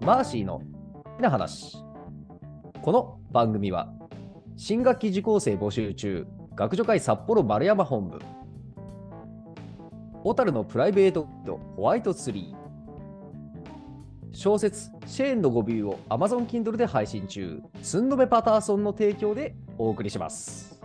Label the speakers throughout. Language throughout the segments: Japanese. Speaker 1: マーシーの好きな話。この番組は、新学期受講生募集中、学助会札幌丸山本部、小樽のプライベートホワイトツリー、小説シェーンの語尾を Amazon Kindle で配信中、スンドメパターソンの提供でお送りします。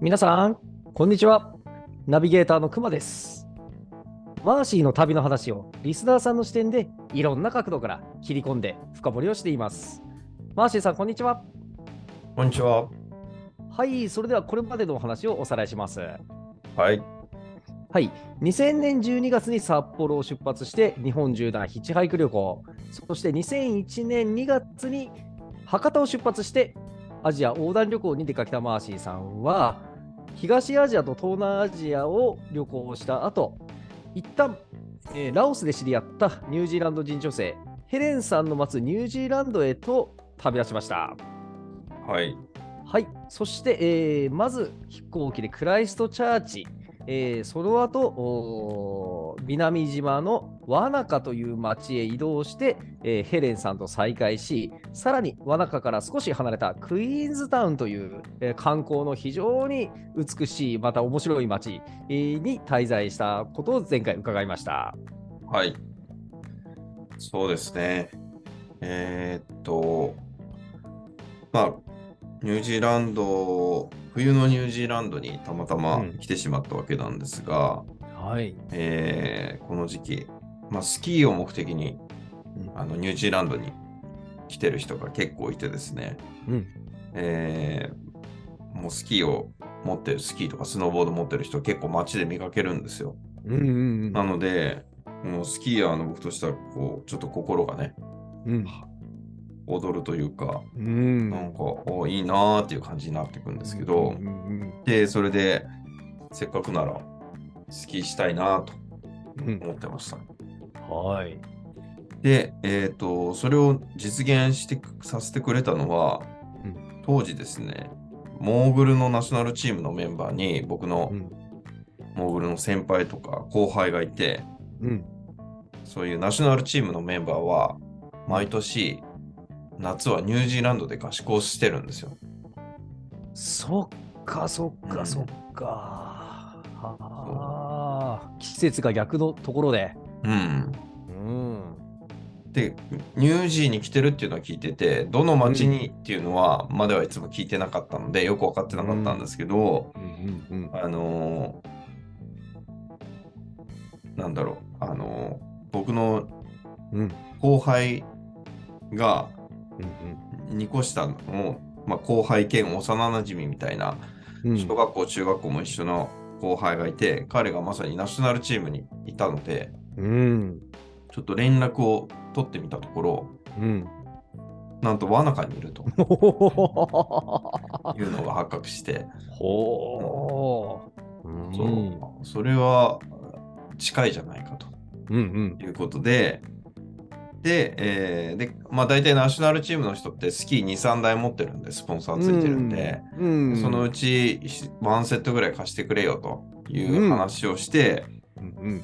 Speaker 1: 皆さん、こんにちは。ナビゲーターのくまです。マーシーの旅の話をリスナーさんの視点でいろんな角度から切り込んで深掘りをしています。マーシーさん、こんにちは。
Speaker 2: こんにちは。
Speaker 1: はい、それではこれまでのお話をおさらいします。
Speaker 2: はい。
Speaker 1: はい、2000年12月に札幌を出発して日本縦断ヒッチハイク旅行、そして2001年2月に博多を出発してアジア横断旅行に出かけたマーシーさんは、東アジアと東南アジアを旅行した後、一旦、えーラオスで知り合ったニュージーランド人女性、ヘレンさんの待つニュージーランドへと旅立ちました。
Speaker 2: はい。
Speaker 1: はい、そして、えーまず飛行機でクライストチャーチ、えーその後おー南島のワナカという町へ移動して、えーヘレンさんと再会し、さらにワナカから少し離れたクイーンズタウンという、えー観光の非常に美しい、また面白い町、えーに滞在したことを前回伺いました。
Speaker 2: はい。そうですね。えーっと、まあ、ニュージーランド、冬のニュージーランドにたまたま
Speaker 1: うん
Speaker 2: 来てしまったわけなんですが、
Speaker 1: はい、
Speaker 2: えーこの時期、まあ、スキーを目的に
Speaker 1: うん
Speaker 2: あのニュージーランドに来てる人が結構いてですね、
Speaker 1: うん
Speaker 2: えーもうスキーを持ってる、スキーとかスノーボード持ってる人結構街で見かけるんですよ。
Speaker 1: うんうん
Speaker 2: なので、もうスキーヤーの僕としては、こう、ちょっと心がね、
Speaker 1: うん
Speaker 2: 踊るというか、
Speaker 1: うん
Speaker 2: なんか、おいいなーっていう感じになってくんですけど、
Speaker 1: うんうん
Speaker 2: で、それで、せっかくなら、スキーしたいなーと
Speaker 1: うんうん
Speaker 2: 思ってました。
Speaker 1: はい、
Speaker 2: で、えっ、と、それを実現してくさせてくれたのは
Speaker 1: う、
Speaker 2: 当時ですね、モーグルのナショナルチームのメンバーに、僕の
Speaker 1: うん
Speaker 2: モーグルの先輩とか後輩がいて、
Speaker 1: うん
Speaker 2: そういうナショナルチームのメンバーは、毎年、夏はニュージーランドで合宿をしてるんですよ。
Speaker 1: そっかそっ
Speaker 2: う
Speaker 1: か
Speaker 2: ん
Speaker 1: そっか。あー季節が逆のところで。
Speaker 2: うん。
Speaker 1: うん。
Speaker 2: で、ニュージーに来てるっていうのは聞いてて、どの町にっていうのは、まではいつも聞いてなかったので、よく分かってなかったんですけど、
Speaker 1: うんうん
Speaker 2: あのーなんだろう、あのー僕の
Speaker 1: うん。うん
Speaker 2: 後輩が
Speaker 1: うん
Speaker 2: 2個下の、まあ、後輩兼幼なじみみたいな
Speaker 1: うん
Speaker 2: 小学校、中学校も一緒の後輩がいて、彼がまさにナショナルチームにいたので、
Speaker 1: うん
Speaker 2: ちょっと連絡を取ってみたところ、
Speaker 1: うん。
Speaker 2: なんと輪中にい ると
Speaker 1: ほ
Speaker 2: いうのが発覚して、
Speaker 1: う。うん
Speaker 2: そうそれは近いじゃないかと
Speaker 1: うん
Speaker 2: いうことで、で、えーでまあ、大体ナショナルチームの人ってスキー2、3台持ってるんで、スポンサ
Speaker 1: う
Speaker 2: ー
Speaker 1: ん。
Speaker 2: ついてるんで、
Speaker 1: うん、
Speaker 2: そのうち1セットぐらい貸してくれよという話をして、
Speaker 1: うんうん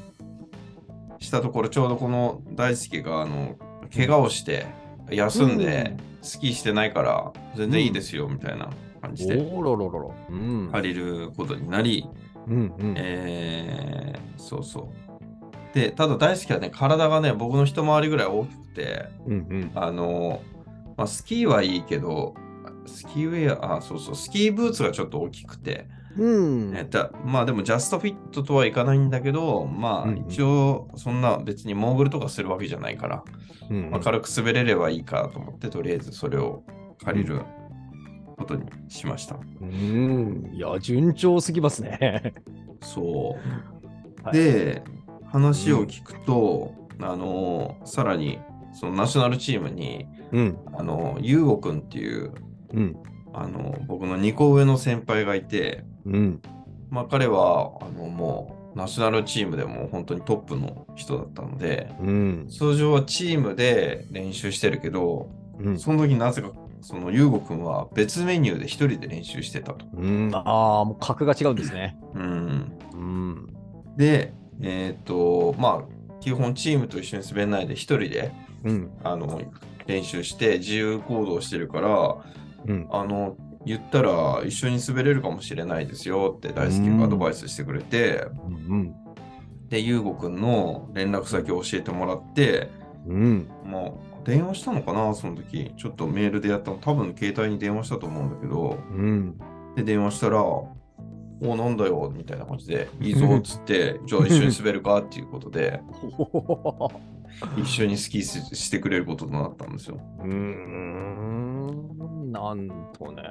Speaker 2: したところちょうどこの大輔があの怪我をして休んで、スキーしてないから全然いいですよみたいな感じで
Speaker 1: おろろろろ。うん。い。
Speaker 2: 借りることになり、
Speaker 1: うんうん。
Speaker 2: えーそうそうでただ大輔はね体がね僕の一回りぐらい大きくて
Speaker 1: うん
Speaker 2: あの、まあ、スキーはいいけどスキーウェアあそうそうスキーブーツがちょっと大きくて、
Speaker 1: うん。
Speaker 2: えっとまあでもジャストフィットとはいかないんだけどま
Speaker 1: うん
Speaker 2: あ
Speaker 1: うん
Speaker 2: 一応そんな別にモーグルとかするわけじゃないから
Speaker 1: うん
Speaker 2: まあ、軽く滑れればいいかと思って、とりあえずそれを借りることにしました。
Speaker 1: うん。いや、順調すぎますね。
Speaker 2: そう。
Speaker 1: はい
Speaker 2: で、話を聞くと、あの、さらに、そのナショナルチームに、
Speaker 1: うん。
Speaker 2: あの、ゆうごくんっていう、
Speaker 1: うん。
Speaker 2: あの、僕の2個上の先輩がいて、
Speaker 1: うん。
Speaker 2: まあ、彼は、あの、もう、ナショナルチームでも本当にトップの人だったので、
Speaker 1: うん。
Speaker 2: 通常はチームで練習してるけど、
Speaker 1: うん
Speaker 2: その時なぜかその優吾くんは別メニューで一人で練習してたと。
Speaker 1: うん、ああ、もう格が違うんですね。
Speaker 2: うん、
Speaker 1: うん。
Speaker 2: で、えっ、と、まあ、基本チームと一緒に滑らないで一人で
Speaker 1: うん。
Speaker 2: あの練習して自由行動してるから、
Speaker 1: うん。
Speaker 2: あの、言ったら一緒に滑れるかもしれないですよって大輔がアドバイスしてくれて、
Speaker 1: うん。
Speaker 2: で、優吾くんの連絡先を教えてもらって、
Speaker 1: うん。
Speaker 2: まあ、電話したのかな、その時。ちょっとメールでやったの。多分携帯に電話したと思うんだけど、
Speaker 1: うん。
Speaker 2: で、電話したら、おなんだよ、みたいな感じで、いいぞ、っつって、じゃあ一緒に滑るかっていうことで、一緒にスキーししてくれることとなったんですよ。
Speaker 1: うん。なんとね。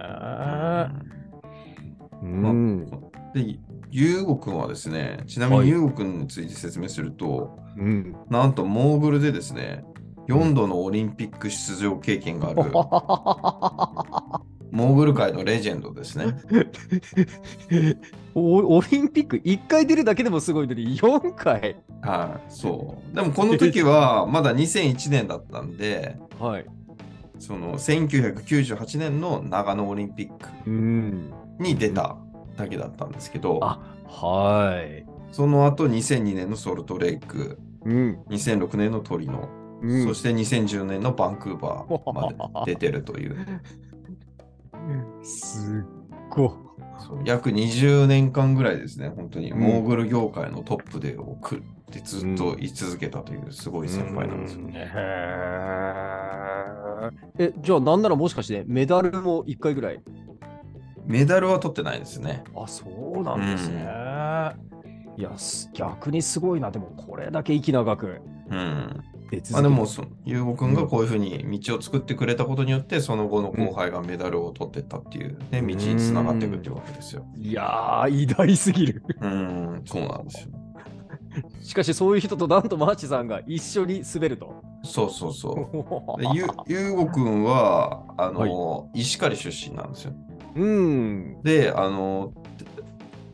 Speaker 1: う
Speaker 2: まあ
Speaker 1: ん。
Speaker 2: で、ゆうごくんはですね、ちなみ
Speaker 1: は
Speaker 2: に
Speaker 1: い
Speaker 2: ゆうごくんについて説明すると、
Speaker 1: うん。
Speaker 2: なんとモーグルでですね、4度のオリンピック出場経験があ る、モーグル界のレジェンドですね。
Speaker 1: おオリンピック1回出るだけでもすごいのに4回
Speaker 2: はい、そう。でもこの時は、まだ2001年だったんで、
Speaker 1: はい
Speaker 2: その1998年の長野オリンピック
Speaker 1: うん
Speaker 2: に出ただけだったんですけど、
Speaker 1: あはい
Speaker 2: その後2002年のソルトレイク、
Speaker 1: うん、
Speaker 2: 2006年のトリノ、
Speaker 1: うん、
Speaker 2: そして2010年のバンクーバーまで 出てるという、
Speaker 1: すっご
Speaker 2: そう約20年間ぐらいですね、本当にモーグル業界のトップでをくってずっと居続けたというすごい先輩なんですよね。
Speaker 1: ねえじゃあなんならもしかしてメダルも1回ぐらい
Speaker 2: メダルは取ってないですね。
Speaker 1: あそうなんですね、いやす逆にすごいなでもこれだけ息長く
Speaker 2: うん。
Speaker 1: 出続け
Speaker 2: まあでもその、ゆうごくんがこういうふうに道を作ってくれたことによって、その後の後輩がメダルを取ってったっていう、ね、
Speaker 1: うん
Speaker 2: 道につながっていくっていうわけですよ。
Speaker 1: いやー偉大すぎる
Speaker 2: うん、そうなんですよ。
Speaker 1: しかしそういう人となんとマーチさんが一緒に滑ると
Speaker 2: そうそうそう。でゆゆうごくんは、あの、石狩出身なんですよ。
Speaker 1: うん
Speaker 2: で、あの、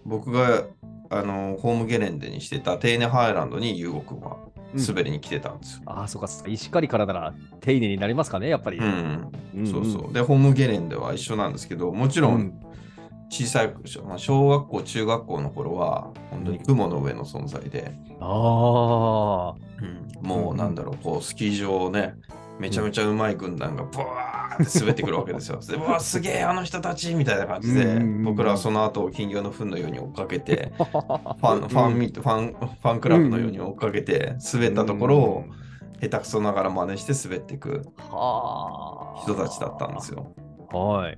Speaker 2: 僕が、あの、ホームゲレンデにしてたテーネハイランドにゆうごくんは滑りに来てたんですよ。
Speaker 1: ああ、そうか、そうか石狩からなら丁寧になりますかね、やっぱり。
Speaker 2: うん、
Speaker 1: うん
Speaker 2: そうそう。で、ホームゲレンデは一緒なんですけど、もちろ
Speaker 1: うんん
Speaker 2: 小さい小まあ小学校中学校の頃は本当に雲の上の存在で、
Speaker 1: あ
Speaker 2: もうなんだろうこうスキー場をねめちゃめちゃうまい軍団がブワーって滑ってくるわけで すよ。でうわすげえあの人たちみたいな感じ
Speaker 1: う
Speaker 2: で、
Speaker 1: んうんうん
Speaker 2: 僕らはその後を金魚の糞のように追っかけ て
Speaker 1: あ。フ
Speaker 2: ファンファン
Speaker 1: 見
Speaker 2: ミートファンファンクラブのように追っかけて滑ったところを
Speaker 1: うん
Speaker 2: 下手くそながら真似して滑っていく
Speaker 1: はあ。
Speaker 2: 人たちだったんですよ。
Speaker 1: よ。はい。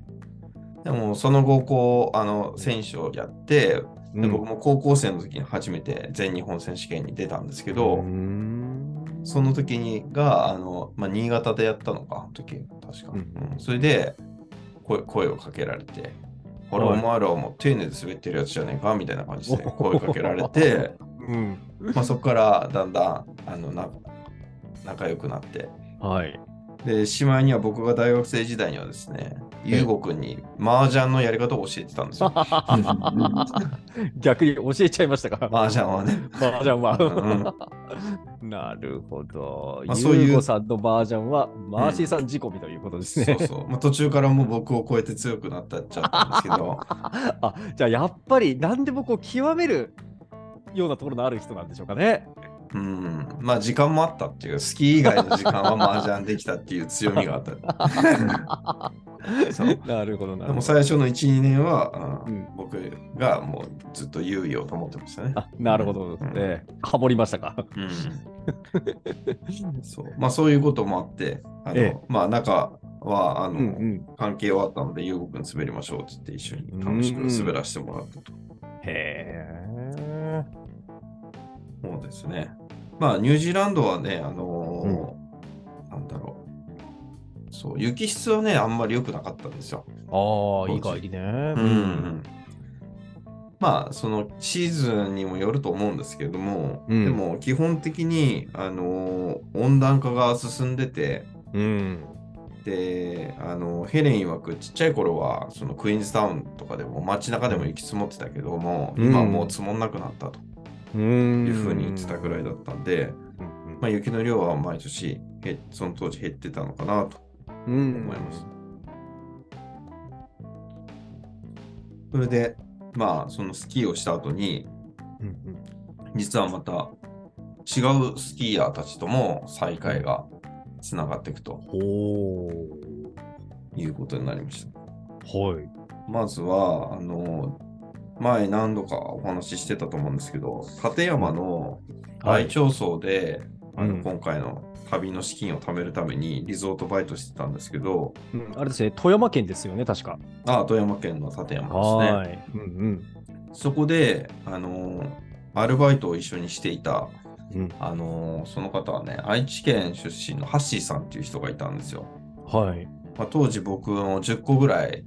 Speaker 2: でもその後こうあの選手をやってで僕も高校生の時に初めて全日本選手権に出たんですけど、
Speaker 1: うん
Speaker 2: その時にがあの、まあ、新潟でやったのかあの時確か、
Speaker 1: うん
Speaker 2: うんそれで声声をかけられて「あれ
Speaker 1: は
Speaker 2: お
Speaker 1: い
Speaker 2: 前らはもう丁寧で滑ってるやつじゃねえか」みたいな感じで声かけられて
Speaker 1: うん
Speaker 2: まあそこからだんだんあのな仲良くなって
Speaker 1: はい。
Speaker 2: でしまいには僕が大学生時代にはですね
Speaker 1: え
Speaker 2: ゆうごくんに麻雀のやり方を教えてたん ですよ
Speaker 1: 逆に教えちゃいましたか。
Speaker 2: 麻雀はね
Speaker 1: バージョンは。
Speaker 2: う
Speaker 1: なるほど。
Speaker 2: まあそういう
Speaker 1: ゆうごさんのバージョンは、マーシーさん仕込みということです
Speaker 2: そ
Speaker 1: ね
Speaker 2: う。そう。まあ、途中からもう僕を超えて強くなったっちゃったんですけど、
Speaker 1: あじゃあやっぱり何でもこう極めるようなところのある人なんでしょうかね。
Speaker 2: うん、まあ時間もあったっていう、スキー以外の時間は麻雀できたっていう強みが あった。そう
Speaker 1: なるほどなる
Speaker 2: で
Speaker 1: ほ
Speaker 2: も
Speaker 1: ど。
Speaker 2: 最初の1、2年は、うん
Speaker 1: うん
Speaker 2: 僕がもうずっと優位を保ってましたね。
Speaker 1: あなるほど、
Speaker 2: うん
Speaker 1: ね。ハモりましたか。
Speaker 2: うん、そうまあそういうこともあって、あの
Speaker 1: ええ
Speaker 2: まあ中はあの、
Speaker 1: うん
Speaker 2: 関係はあったので、優吾くん滑りましょうって言って一緒に楽しく滑らせてもらったと。
Speaker 1: へえ。
Speaker 2: そうですね。まあ、ニュージーランドはね、あのーなんだろう。そう、雪質はね、あんまり良くなかったんですよ。
Speaker 1: ああ、いい帰りね。う
Speaker 2: うん。。まあ、そのシーズンにもよると思うんですけれども、
Speaker 1: うん
Speaker 2: でも基本的に、あのー温暖化が進んでて、
Speaker 1: うん。
Speaker 2: で、あのヘレン曰くちっちゃい頃は、そのクイーンズタウンとかでも街中でも雪積もってたけども、
Speaker 1: うん
Speaker 2: 今はもう積もんなくなったと
Speaker 1: うん。
Speaker 2: いうふうに言ってたぐらいだったんで、
Speaker 1: うん。
Speaker 2: まあ、雪の量は毎年へその当時減ってたのかなと
Speaker 1: うん
Speaker 2: 思います。それで、まあ、そのスキーをした後に、
Speaker 1: うんうん
Speaker 2: 実はまた違うスキーヤーたちとも再会がつながっていくと
Speaker 1: お
Speaker 2: いうことになりました。
Speaker 1: ーはい。
Speaker 2: まずは、あの、前何度かお話ししてたと思うんですけど、立山の大
Speaker 1: はい
Speaker 2: 町層で、
Speaker 1: はい
Speaker 2: あの
Speaker 1: うん
Speaker 2: 今回の旅の資金を貯めるためにリゾートバイトしてたんですけど、
Speaker 1: うんあれですね、富山県ですよね、確か。
Speaker 2: あ富山県の立山
Speaker 1: は
Speaker 2: ですね。
Speaker 1: い。うん
Speaker 2: そこで、あの、アルバイトを一緒にしていた、
Speaker 1: うん。うん、
Speaker 2: あの、その方はね、愛知県出身のハッシーさんっていう人がいたんですよ。
Speaker 1: はい。
Speaker 2: まあ、当時僕の10個ぐらい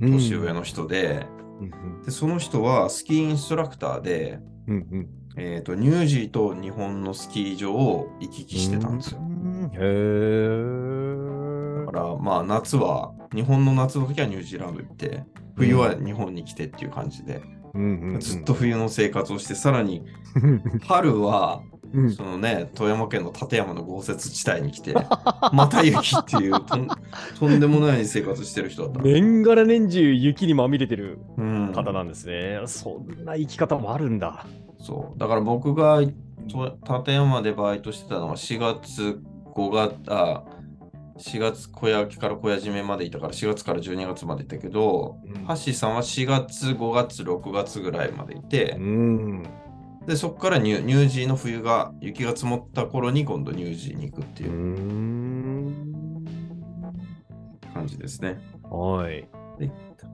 Speaker 2: 年上の人で,、
Speaker 1: うんうん
Speaker 2: でその人はスキーインストラクターで、
Speaker 1: うんうん。
Speaker 2: えー、とニュージーと日本のスキー場を行き来してたんですよ
Speaker 1: う。ん。へー
Speaker 2: だからまあ夏は日本の夏の時はニュージーランド行って冬は日本に来てっていう感じで、
Speaker 1: うんうんうん
Speaker 2: ずっと。冬の生活をしてさら に春は
Speaker 1: うん
Speaker 2: そのね富山県の立山の豪雪地帯に来て また雪っていう とんとんでもない生活してる人だった。
Speaker 1: 年がら年中雪にまみれてる
Speaker 2: うん
Speaker 1: 方なんですね。そんな生き方もあるんだ。
Speaker 2: そう。だから僕がと立山でバイトしてたのは4月、5月、あ、4月小焼きから小焼締めまでいたから4月から12月までいたけど、ハッシーさんは4月、5月、6月ぐらいまでいて
Speaker 1: う、ん。
Speaker 2: で、そこからニュニュージーの冬が雪が積もった頃に今度ニュージーに行くって
Speaker 1: う。
Speaker 2: いうん感じですね。
Speaker 1: はい。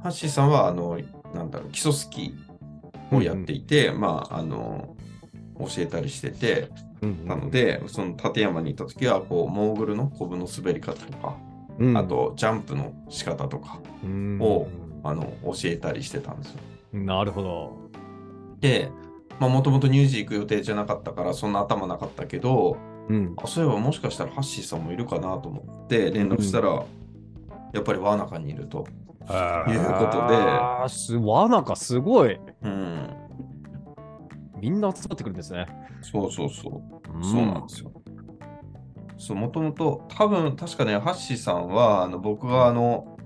Speaker 2: ハッシーさんは、あの、なんだろう、基礎スキーをやっていて、まあ、あの、教えたりしてて、なので、その立山に行った時はこうモーグルのコブの滑り方とか、
Speaker 1: うん、
Speaker 2: あとジャンプの仕方とか
Speaker 1: うん、
Speaker 2: をあの教えたりしてたんですよ。
Speaker 1: なるほど。
Speaker 2: で、もともとニュージー行く予定じゃなかったから、そんな頭なかったけど、
Speaker 1: うん。
Speaker 2: あそういえばもしかしたらハッシーさんもいるかなと思って連絡したら、やっぱりワーナカにいると。
Speaker 1: と
Speaker 2: いうことで
Speaker 1: あーすわなんかすごい。
Speaker 2: うん、
Speaker 1: みんな集まってくるんですね。
Speaker 2: そうそうそう。そうなんですよ。そう、もともと、多分確かね、ハッシーさんは、あの僕があの、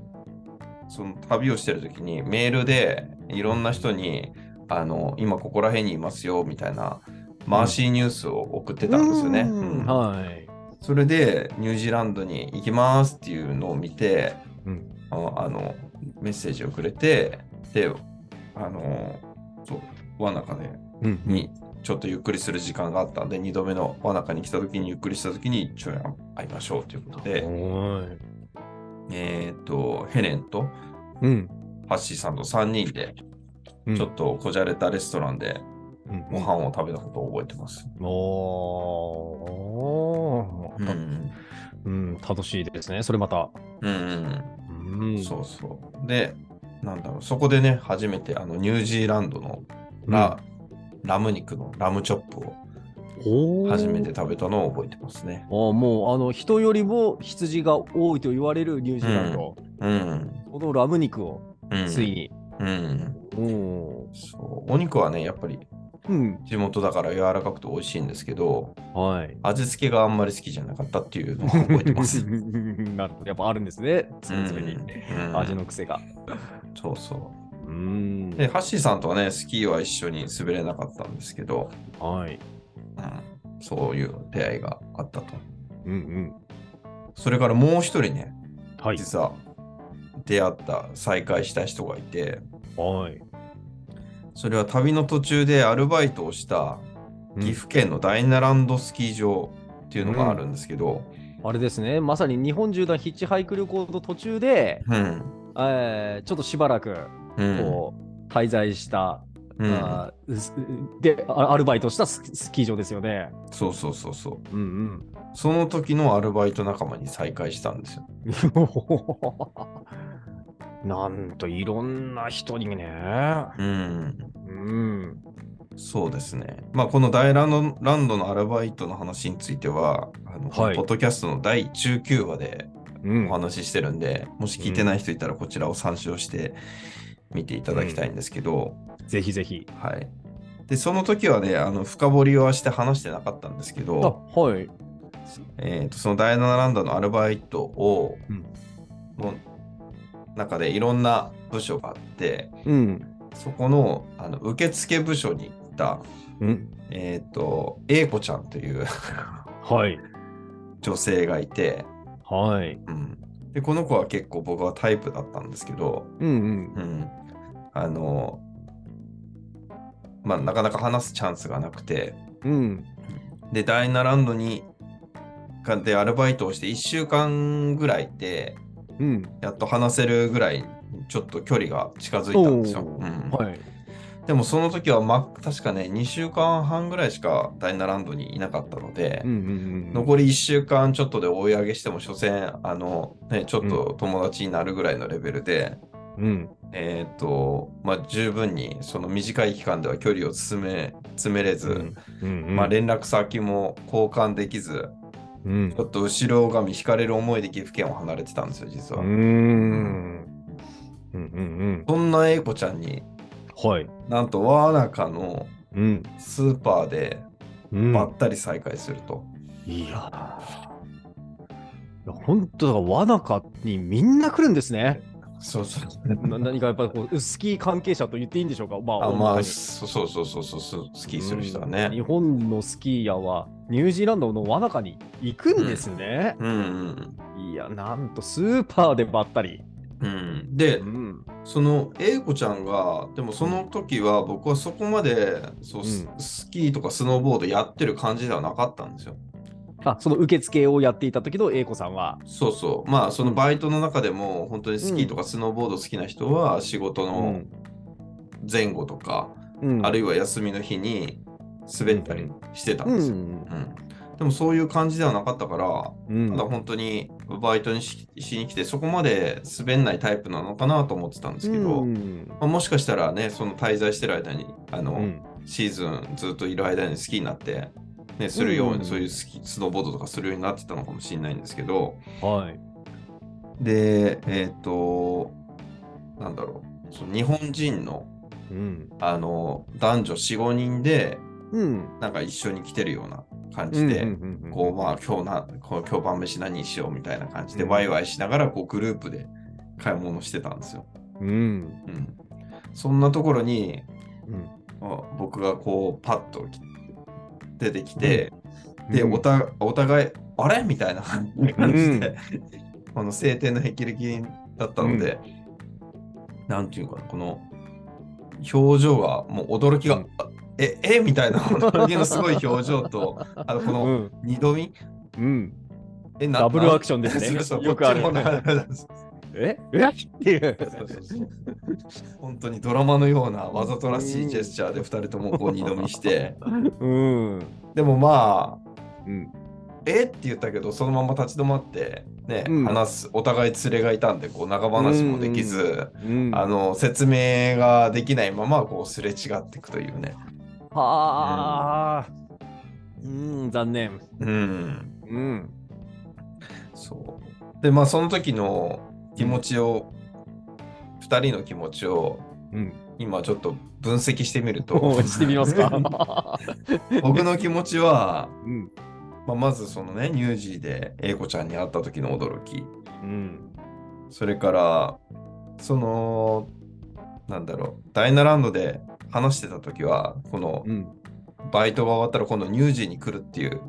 Speaker 2: その旅をしてる時に、メールでいろんな人に、あの、今ここら辺にいますよ、みたいな、マーシーニュースを送ってたんですよね。
Speaker 1: うん
Speaker 2: うん
Speaker 1: はい。
Speaker 2: それで、ニュージーランドに行きますっていうのを見て、
Speaker 1: うん
Speaker 2: ああの、メッセージをくれて、で、あの、そう、輪の中で、
Speaker 1: うん。
Speaker 2: にちょっとゆっくりする時間があったんで、2度目の輪中に来た時にゆっくりした時にちょい会いましょうということで、
Speaker 1: はい
Speaker 2: えっと、ヘレンと
Speaker 1: うん。
Speaker 2: ハッシーさんと3人で、
Speaker 1: うん
Speaker 2: ちょっとこじゃれたレストランでご飯を食べたことを覚えてます。
Speaker 1: お
Speaker 2: う
Speaker 1: ー
Speaker 2: ん。
Speaker 1: うん、楽しいですね、それまた。
Speaker 2: うんうん
Speaker 1: うん
Speaker 2: そうそう。で、なんだろう、そこでね、初めてあのニュージーランドのラ,、ラム肉のラムチョップを
Speaker 1: うん
Speaker 2: 初めて。食べたのを覚えてますね。
Speaker 1: おーあーもう、あの、人よりも羊が多いと言われるニュージーランド、
Speaker 2: うん。
Speaker 1: このラム肉を、
Speaker 2: うん、
Speaker 1: ついに。
Speaker 2: うん。
Speaker 1: うん。
Speaker 2: そうお肉はね、やっぱり
Speaker 1: うん。
Speaker 2: 地元だから柔らかくて美味しいんですけど、
Speaker 1: はい。
Speaker 2: 味付けがあんまり好きじゃなかったっていうのを覚えて ます。
Speaker 1: なるほどやっぱあるんですね、それぞれに。
Speaker 2: うん
Speaker 1: 味の癖が。
Speaker 2: そうそ
Speaker 1: うん
Speaker 2: う。で、ハッシーさんとはね、スキーは一緒に滑れなかったんですけど、
Speaker 1: はい。
Speaker 2: うんそういう出会いがあったと。
Speaker 1: うんうん。
Speaker 2: それからもう一人ね、
Speaker 1: はい。
Speaker 2: 実は出会った、再会した人がいて、
Speaker 1: はい。
Speaker 2: それは旅の途中でアルバイトをした岐阜県のダイナランドスキー場っていうのがあるんですけど、
Speaker 1: あれですね、まさに日本縦断ヒッチハイク旅行の途中で、
Speaker 2: うん。
Speaker 1: えーちょっとしばらく
Speaker 2: うん
Speaker 1: こう滞在した、
Speaker 2: うん
Speaker 1: あーすであアルバイトしたススキー場ですよね。
Speaker 2: そうそうそうそ
Speaker 1: う
Speaker 2: う。
Speaker 1: ん
Speaker 2: その時のアルバイト仲間に再会したんですよ。
Speaker 1: うん。なんといろんな人にね。
Speaker 2: うん。
Speaker 1: うん。
Speaker 2: そうですね。まあ、この大ランドランドのアルバイトの話については、あの
Speaker 1: はい
Speaker 2: ポッドキャストの第19話で
Speaker 1: うん
Speaker 2: お話ししてるんで、もし聞いてない人いたらこちらを参照して見ていただきたいんですけど、
Speaker 1: ぜひぜひ。
Speaker 2: はい。で、その時はね、あの深掘りはして話してなかったんですけ
Speaker 1: あ
Speaker 2: ど、
Speaker 1: はい。
Speaker 2: えー、とその第7ラウンドのアルバイトを、
Speaker 1: うん
Speaker 2: の中でいろんな部署があって、
Speaker 1: うん。
Speaker 2: そこのあの受付部署に行った、
Speaker 1: うん。
Speaker 2: えっ、と、英子ちゃんという
Speaker 1: はい。
Speaker 2: 女性がいて、
Speaker 1: はい。
Speaker 2: うん、で、この子は結構僕はタイプだったんですけど、
Speaker 1: うんうん。
Speaker 2: うん、あの、まあ、なかなか話すチャンスがなくて、
Speaker 1: うん。
Speaker 2: で、第7ラウンドに、かでアルバイトをして1週間ぐらいで、
Speaker 1: うん。
Speaker 2: やっと話せるぐらい、ちょっと距離が近づいたんですよ。
Speaker 1: お
Speaker 2: うん
Speaker 1: はい。
Speaker 2: でもその時は、ま、確かね、2週間半ぐらいしか第7ラウンドにいなかったので、
Speaker 1: うんうんうん。
Speaker 2: 残り1週間ちょっとで追い上げしても、所詮、あの、ね、ちょっと友達になるぐらいのレベルで、
Speaker 1: うん。
Speaker 2: えっ、と、まあ、十分に、その短い期間では距離を詰め、詰めれず、
Speaker 1: うんうん。
Speaker 2: まあ、連絡先も交換できず、
Speaker 1: うん
Speaker 2: ちょ。っと後ろ髪引かれる思いで岐阜県を離れてたんですよ、実
Speaker 1: うーん。
Speaker 2: は。
Speaker 1: うんうん
Speaker 2: そんな英子ちゃんに、
Speaker 1: うん。はい。
Speaker 2: なんと、わなかの
Speaker 1: うん。
Speaker 2: スーパーで
Speaker 1: うん。
Speaker 2: ばったり再会すると。
Speaker 1: いやー。本当だから、わなかにみんな来るんです ね。
Speaker 2: そうそう。
Speaker 1: な何かやっぱりこう、スキー関係者と言っていいんでしょうか。まあ、
Speaker 2: あま
Speaker 1: 大
Speaker 2: あ、
Speaker 1: に
Speaker 2: そうそうそうそうそうそう、スキーする人は
Speaker 1: うん日
Speaker 2: ね。
Speaker 1: 本のスキーヤーはニュージーランドのわなかに行くんですね。
Speaker 2: うんうん
Speaker 1: いや、なんとスーパーでばったり。
Speaker 2: うん。うん、で、
Speaker 1: ん。
Speaker 2: その英子ちゃんが、でもその時は僕はそこまでそう、ス
Speaker 1: う
Speaker 2: スキーとかスノーボードやってる感じではなかったんですよ。
Speaker 1: あ、その受付をやっていた時の英子さんは。
Speaker 2: そうそう。まあそのバイトの中でも本当にスキーとかスノーボード好きな人は仕事の前後とか、
Speaker 1: うん
Speaker 2: あるいは休みの日に滑ったりしてたん
Speaker 1: う
Speaker 2: ですよ。
Speaker 1: ん。
Speaker 2: うんでもそういう感じではなかったから、
Speaker 1: うん
Speaker 2: ただ本当にバイトにししに来て、そこまで滑んないタイプなのかなと思ってたんですけど、
Speaker 1: う
Speaker 2: ま
Speaker 1: ん
Speaker 2: あ、もしかしたらね、その滞在してる間に、あの、
Speaker 1: うん
Speaker 2: シーズンずっといる間に好きになって、ね、するよう
Speaker 1: うん
Speaker 2: に、そういうスキスノーボードとかするようになってたのかもしれないんですけど、
Speaker 1: はい。
Speaker 2: で、えっ、と、なんだろう、その日本人の
Speaker 1: うん。
Speaker 2: あの男女4、5人で、
Speaker 1: うん。
Speaker 2: なんか一緒に来てるような感じで、
Speaker 1: うん
Speaker 2: こうまあ今日なこう今日晩飯何にしようみたいな感じで、
Speaker 1: うん
Speaker 2: ワイワイしながらこうグループで買い物してたんですよ。
Speaker 1: うん。
Speaker 2: うん、そんなところに
Speaker 1: うん。
Speaker 2: あ僕がこうパッとき出てきて、で
Speaker 1: うん
Speaker 2: おたお互いあれみたいな感じで、 この晴天の霹靂だったので、なんていうかなこの表情がもう驚きが、
Speaker 1: うん
Speaker 2: あええみたいな驚きのすごい表情 とあのこ
Speaker 1: う
Speaker 2: の
Speaker 1: ん。
Speaker 2: 二度見、
Speaker 1: うん。
Speaker 2: えな
Speaker 1: ダブルア
Speaker 2: シ
Speaker 1: クションですね。
Speaker 2: そうそう
Speaker 1: よくある
Speaker 2: こっちも。ね
Speaker 1: ええ っていう。
Speaker 2: そうそうそう本当にドラマのようなわざとらしいジェスチャーで2人ともこう二度 見して、
Speaker 1: うん。
Speaker 2: でもまあ、
Speaker 1: うん。
Speaker 2: えって言ったけど、そのまま立ち止まって、ね、
Speaker 1: うん
Speaker 2: 話す、お互い連れがいたんで、こう長話もできず、
Speaker 1: うん。
Speaker 2: あの、説明ができないまま、こうすれ違っていくというね。
Speaker 1: はあ。うん、残念。
Speaker 2: うん、
Speaker 1: うん。
Speaker 2: そう。で、まあ、その時の気持ちを、2人の気持ちを、
Speaker 1: うん。
Speaker 2: 今ちょっと分析してみる
Speaker 1: ど
Speaker 2: と
Speaker 1: う してみます か。
Speaker 2: 僕の気持ちは、
Speaker 1: うん。
Speaker 2: まあ、まずそのねニュージーで英子ちゃんに会った時の驚き
Speaker 1: うん。
Speaker 2: それからそのなんだろう第7ラウンドで話してた時はこの
Speaker 1: うん。
Speaker 2: バイトが終わったら今度ニュージーに来るっていう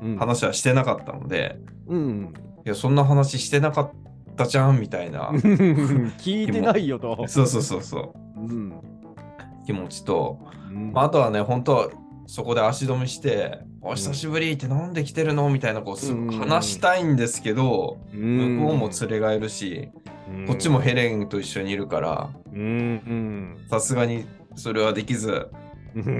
Speaker 1: うん。
Speaker 2: 話はしてなかったので、
Speaker 1: うん。
Speaker 2: いやそんな話してなかったじゃんみたい な
Speaker 1: 聞いてないよと。
Speaker 2: そうそうそうそ
Speaker 1: うん。
Speaker 2: う気持ちと
Speaker 1: うん
Speaker 2: まあ、あとはね、本当そこで足止めして、お久しぶりって飲んできてるのみたいな、こう、す
Speaker 1: うん
Speaker 2: 話したいんですけど、向こうも連れがいるし、こっちもヘレンと一緒にいるから、
Speaker 1: うん。
Speaker 2: さすがにそれはできず、
Speaker 1: うん。
Speaker 2: う
Speaker 1: うん。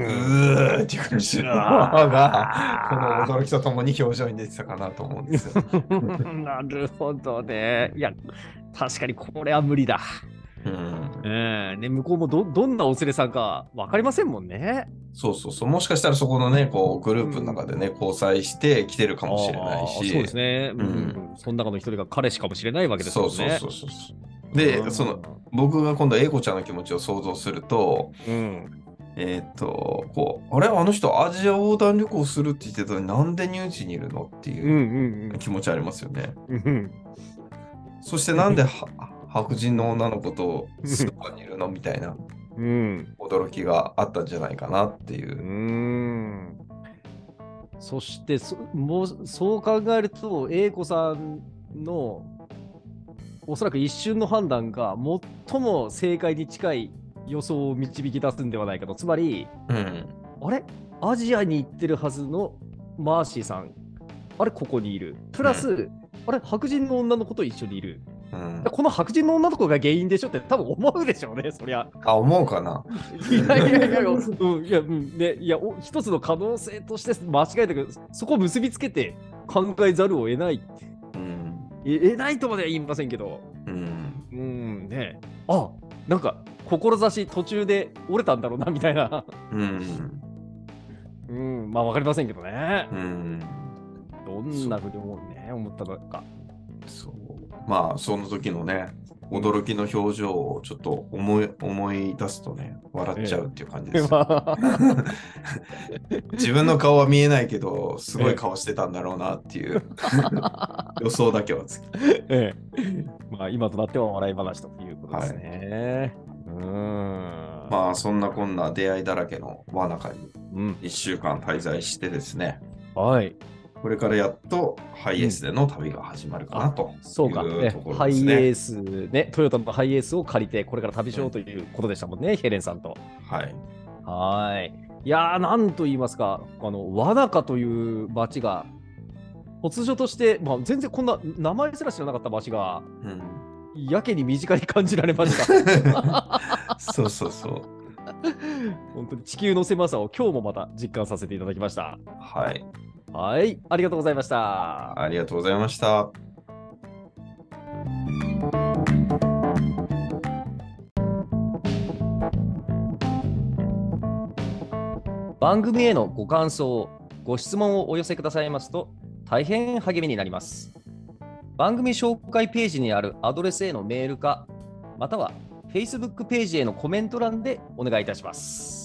Speaker 2: ーっていう感じの方が、この驚きとともに表情に出てたかなと思うんですよ。
Speaker 1: なるほどね。いや、確かにこれは無理だ。
Speaker 2: うん、
Speaker 1: うん。ね、向こうもど、どんなお連れさんかわかりませんもんね。
Speaker 2: そうそうそう、もしかしたらそこのね、こう、グループの中でね、交際して来てるかもしれない
Speaker 1: あー
Speaker 2: し、
Speaker 1: そうですね。う
Speaker 2: うん
Speaker 1: ん。その中の一人が彼氏かもしれないわけです
Speaker 2: そ
Speaker 1: も
Speaker 2: うんそう
Speaker 1: ね。
Speaker 2: そうそう。で、その、僕が今度、英子ちゃんの気持ちを想像すると、
Speaker 1: うん。
Speaker 2: えーっ、と、こう、あれあの人、アジア横断旅行するって言ってたのに、なんでニュージーにいるのって
Speaker 1: うん。う
Speaker 2: いうん気持ちありますよね。
Speaker 1: うん。うん。
Speaker 2: そして、なんでは白人の女の子とスーパーにいるのみたいな。
Speaker 1: うん。
Speaker 2: 驚きがあったんじゃないかなっていう
Speaker 1: ー
Speaker 2: う。
Speaker 1: ん。そしてそもう、そう考えると、英子さんのおそらく一瞬の判断が最も正解に近い予想を導き出すんではないかと。つまり、
Speaker 2: うん。
Speaker 1: あれアジアに行ってるはずのマーシーさん、あれここにいる。プラス、あれ白人の女の子と一緒にいる。
Speaker 2: うん、
Speaker 1: この白人の女の子が原因でしょって多分思うでしょうね、そりゃ。
Speaker 2: あ、思うかない
Speaker 1: やいやいや、うん、いや、うん、ね、いや、お一つの可能性として間違えたけど、そこを結びつけて考えざるを得ない、
Speaker 2: うん。
Speaker 1: え得ないとまでは言いませんけど、
Speaker 2: うん。
Speaker 1: うん、ね、あなんか、志途中で折れたんだろうな、みたいな。
Speaker 2: うん。
Speaker 1: うん、まあ、わかりませんけどね。
Speaker 2: うん。
Speaker 1: どんなふうに思うね、思ったのか。
Speaker 2: そう。まあ、その時のね、驚きの表情をちょっと思い思い出すとね、笑っちゃうっていう感じです、
Speaker 1: まあ
Speaker 2: 自分の顔は見えないけど、すごい顔してたんだろうなっていう 予想だけはつき。
Speaker 1: ええ、まあ、今となっては笑い話ということですね。うん。
Speaker 2: まあ、そんなこんな出会いだらけの輪の中に
Speaker 1: うん、
Speaker 2: 1週間滞在してですね、
Speaker 1: はい。
Speaker 2: これからやっとハイエースでの旅が始まるかなという
Speaker 1: そうか、ね
Speaker 2: ところ
Speaker 1: ハ
Speaker 2: です
Speaker 1: イ
Speaker 2: ね。
Speaker 1: エース、ね、トヨタのハイエースを借りて、これから旅しようということでしたもんね、ヘレンさんと。
Speaker 2: はい。
Speaker 1: はーい。いやー、なんと言いますか、あの、和中という町が、突如として、まあ、全然こんな名前すら知らなかった町が、
Speaker 2: うん、
Speaker 1: やけに身近に感じられました。
Speaker 2: そうそうそう。
Speaker 1: 本当に地球の狭さを今日もまた実感させていただきました。
Speaker 2: はい。
Speaker 1: はい、ありがとうございました。
Speaker 2: ありがとうございました。
Speaker 1: 番組へのご感想、ご質問をお寄せくださいますと、大変励みになります。番組紹介ページにあるアドレスへのメールか、または Facebook ページへのコメント欄でお願いいたします。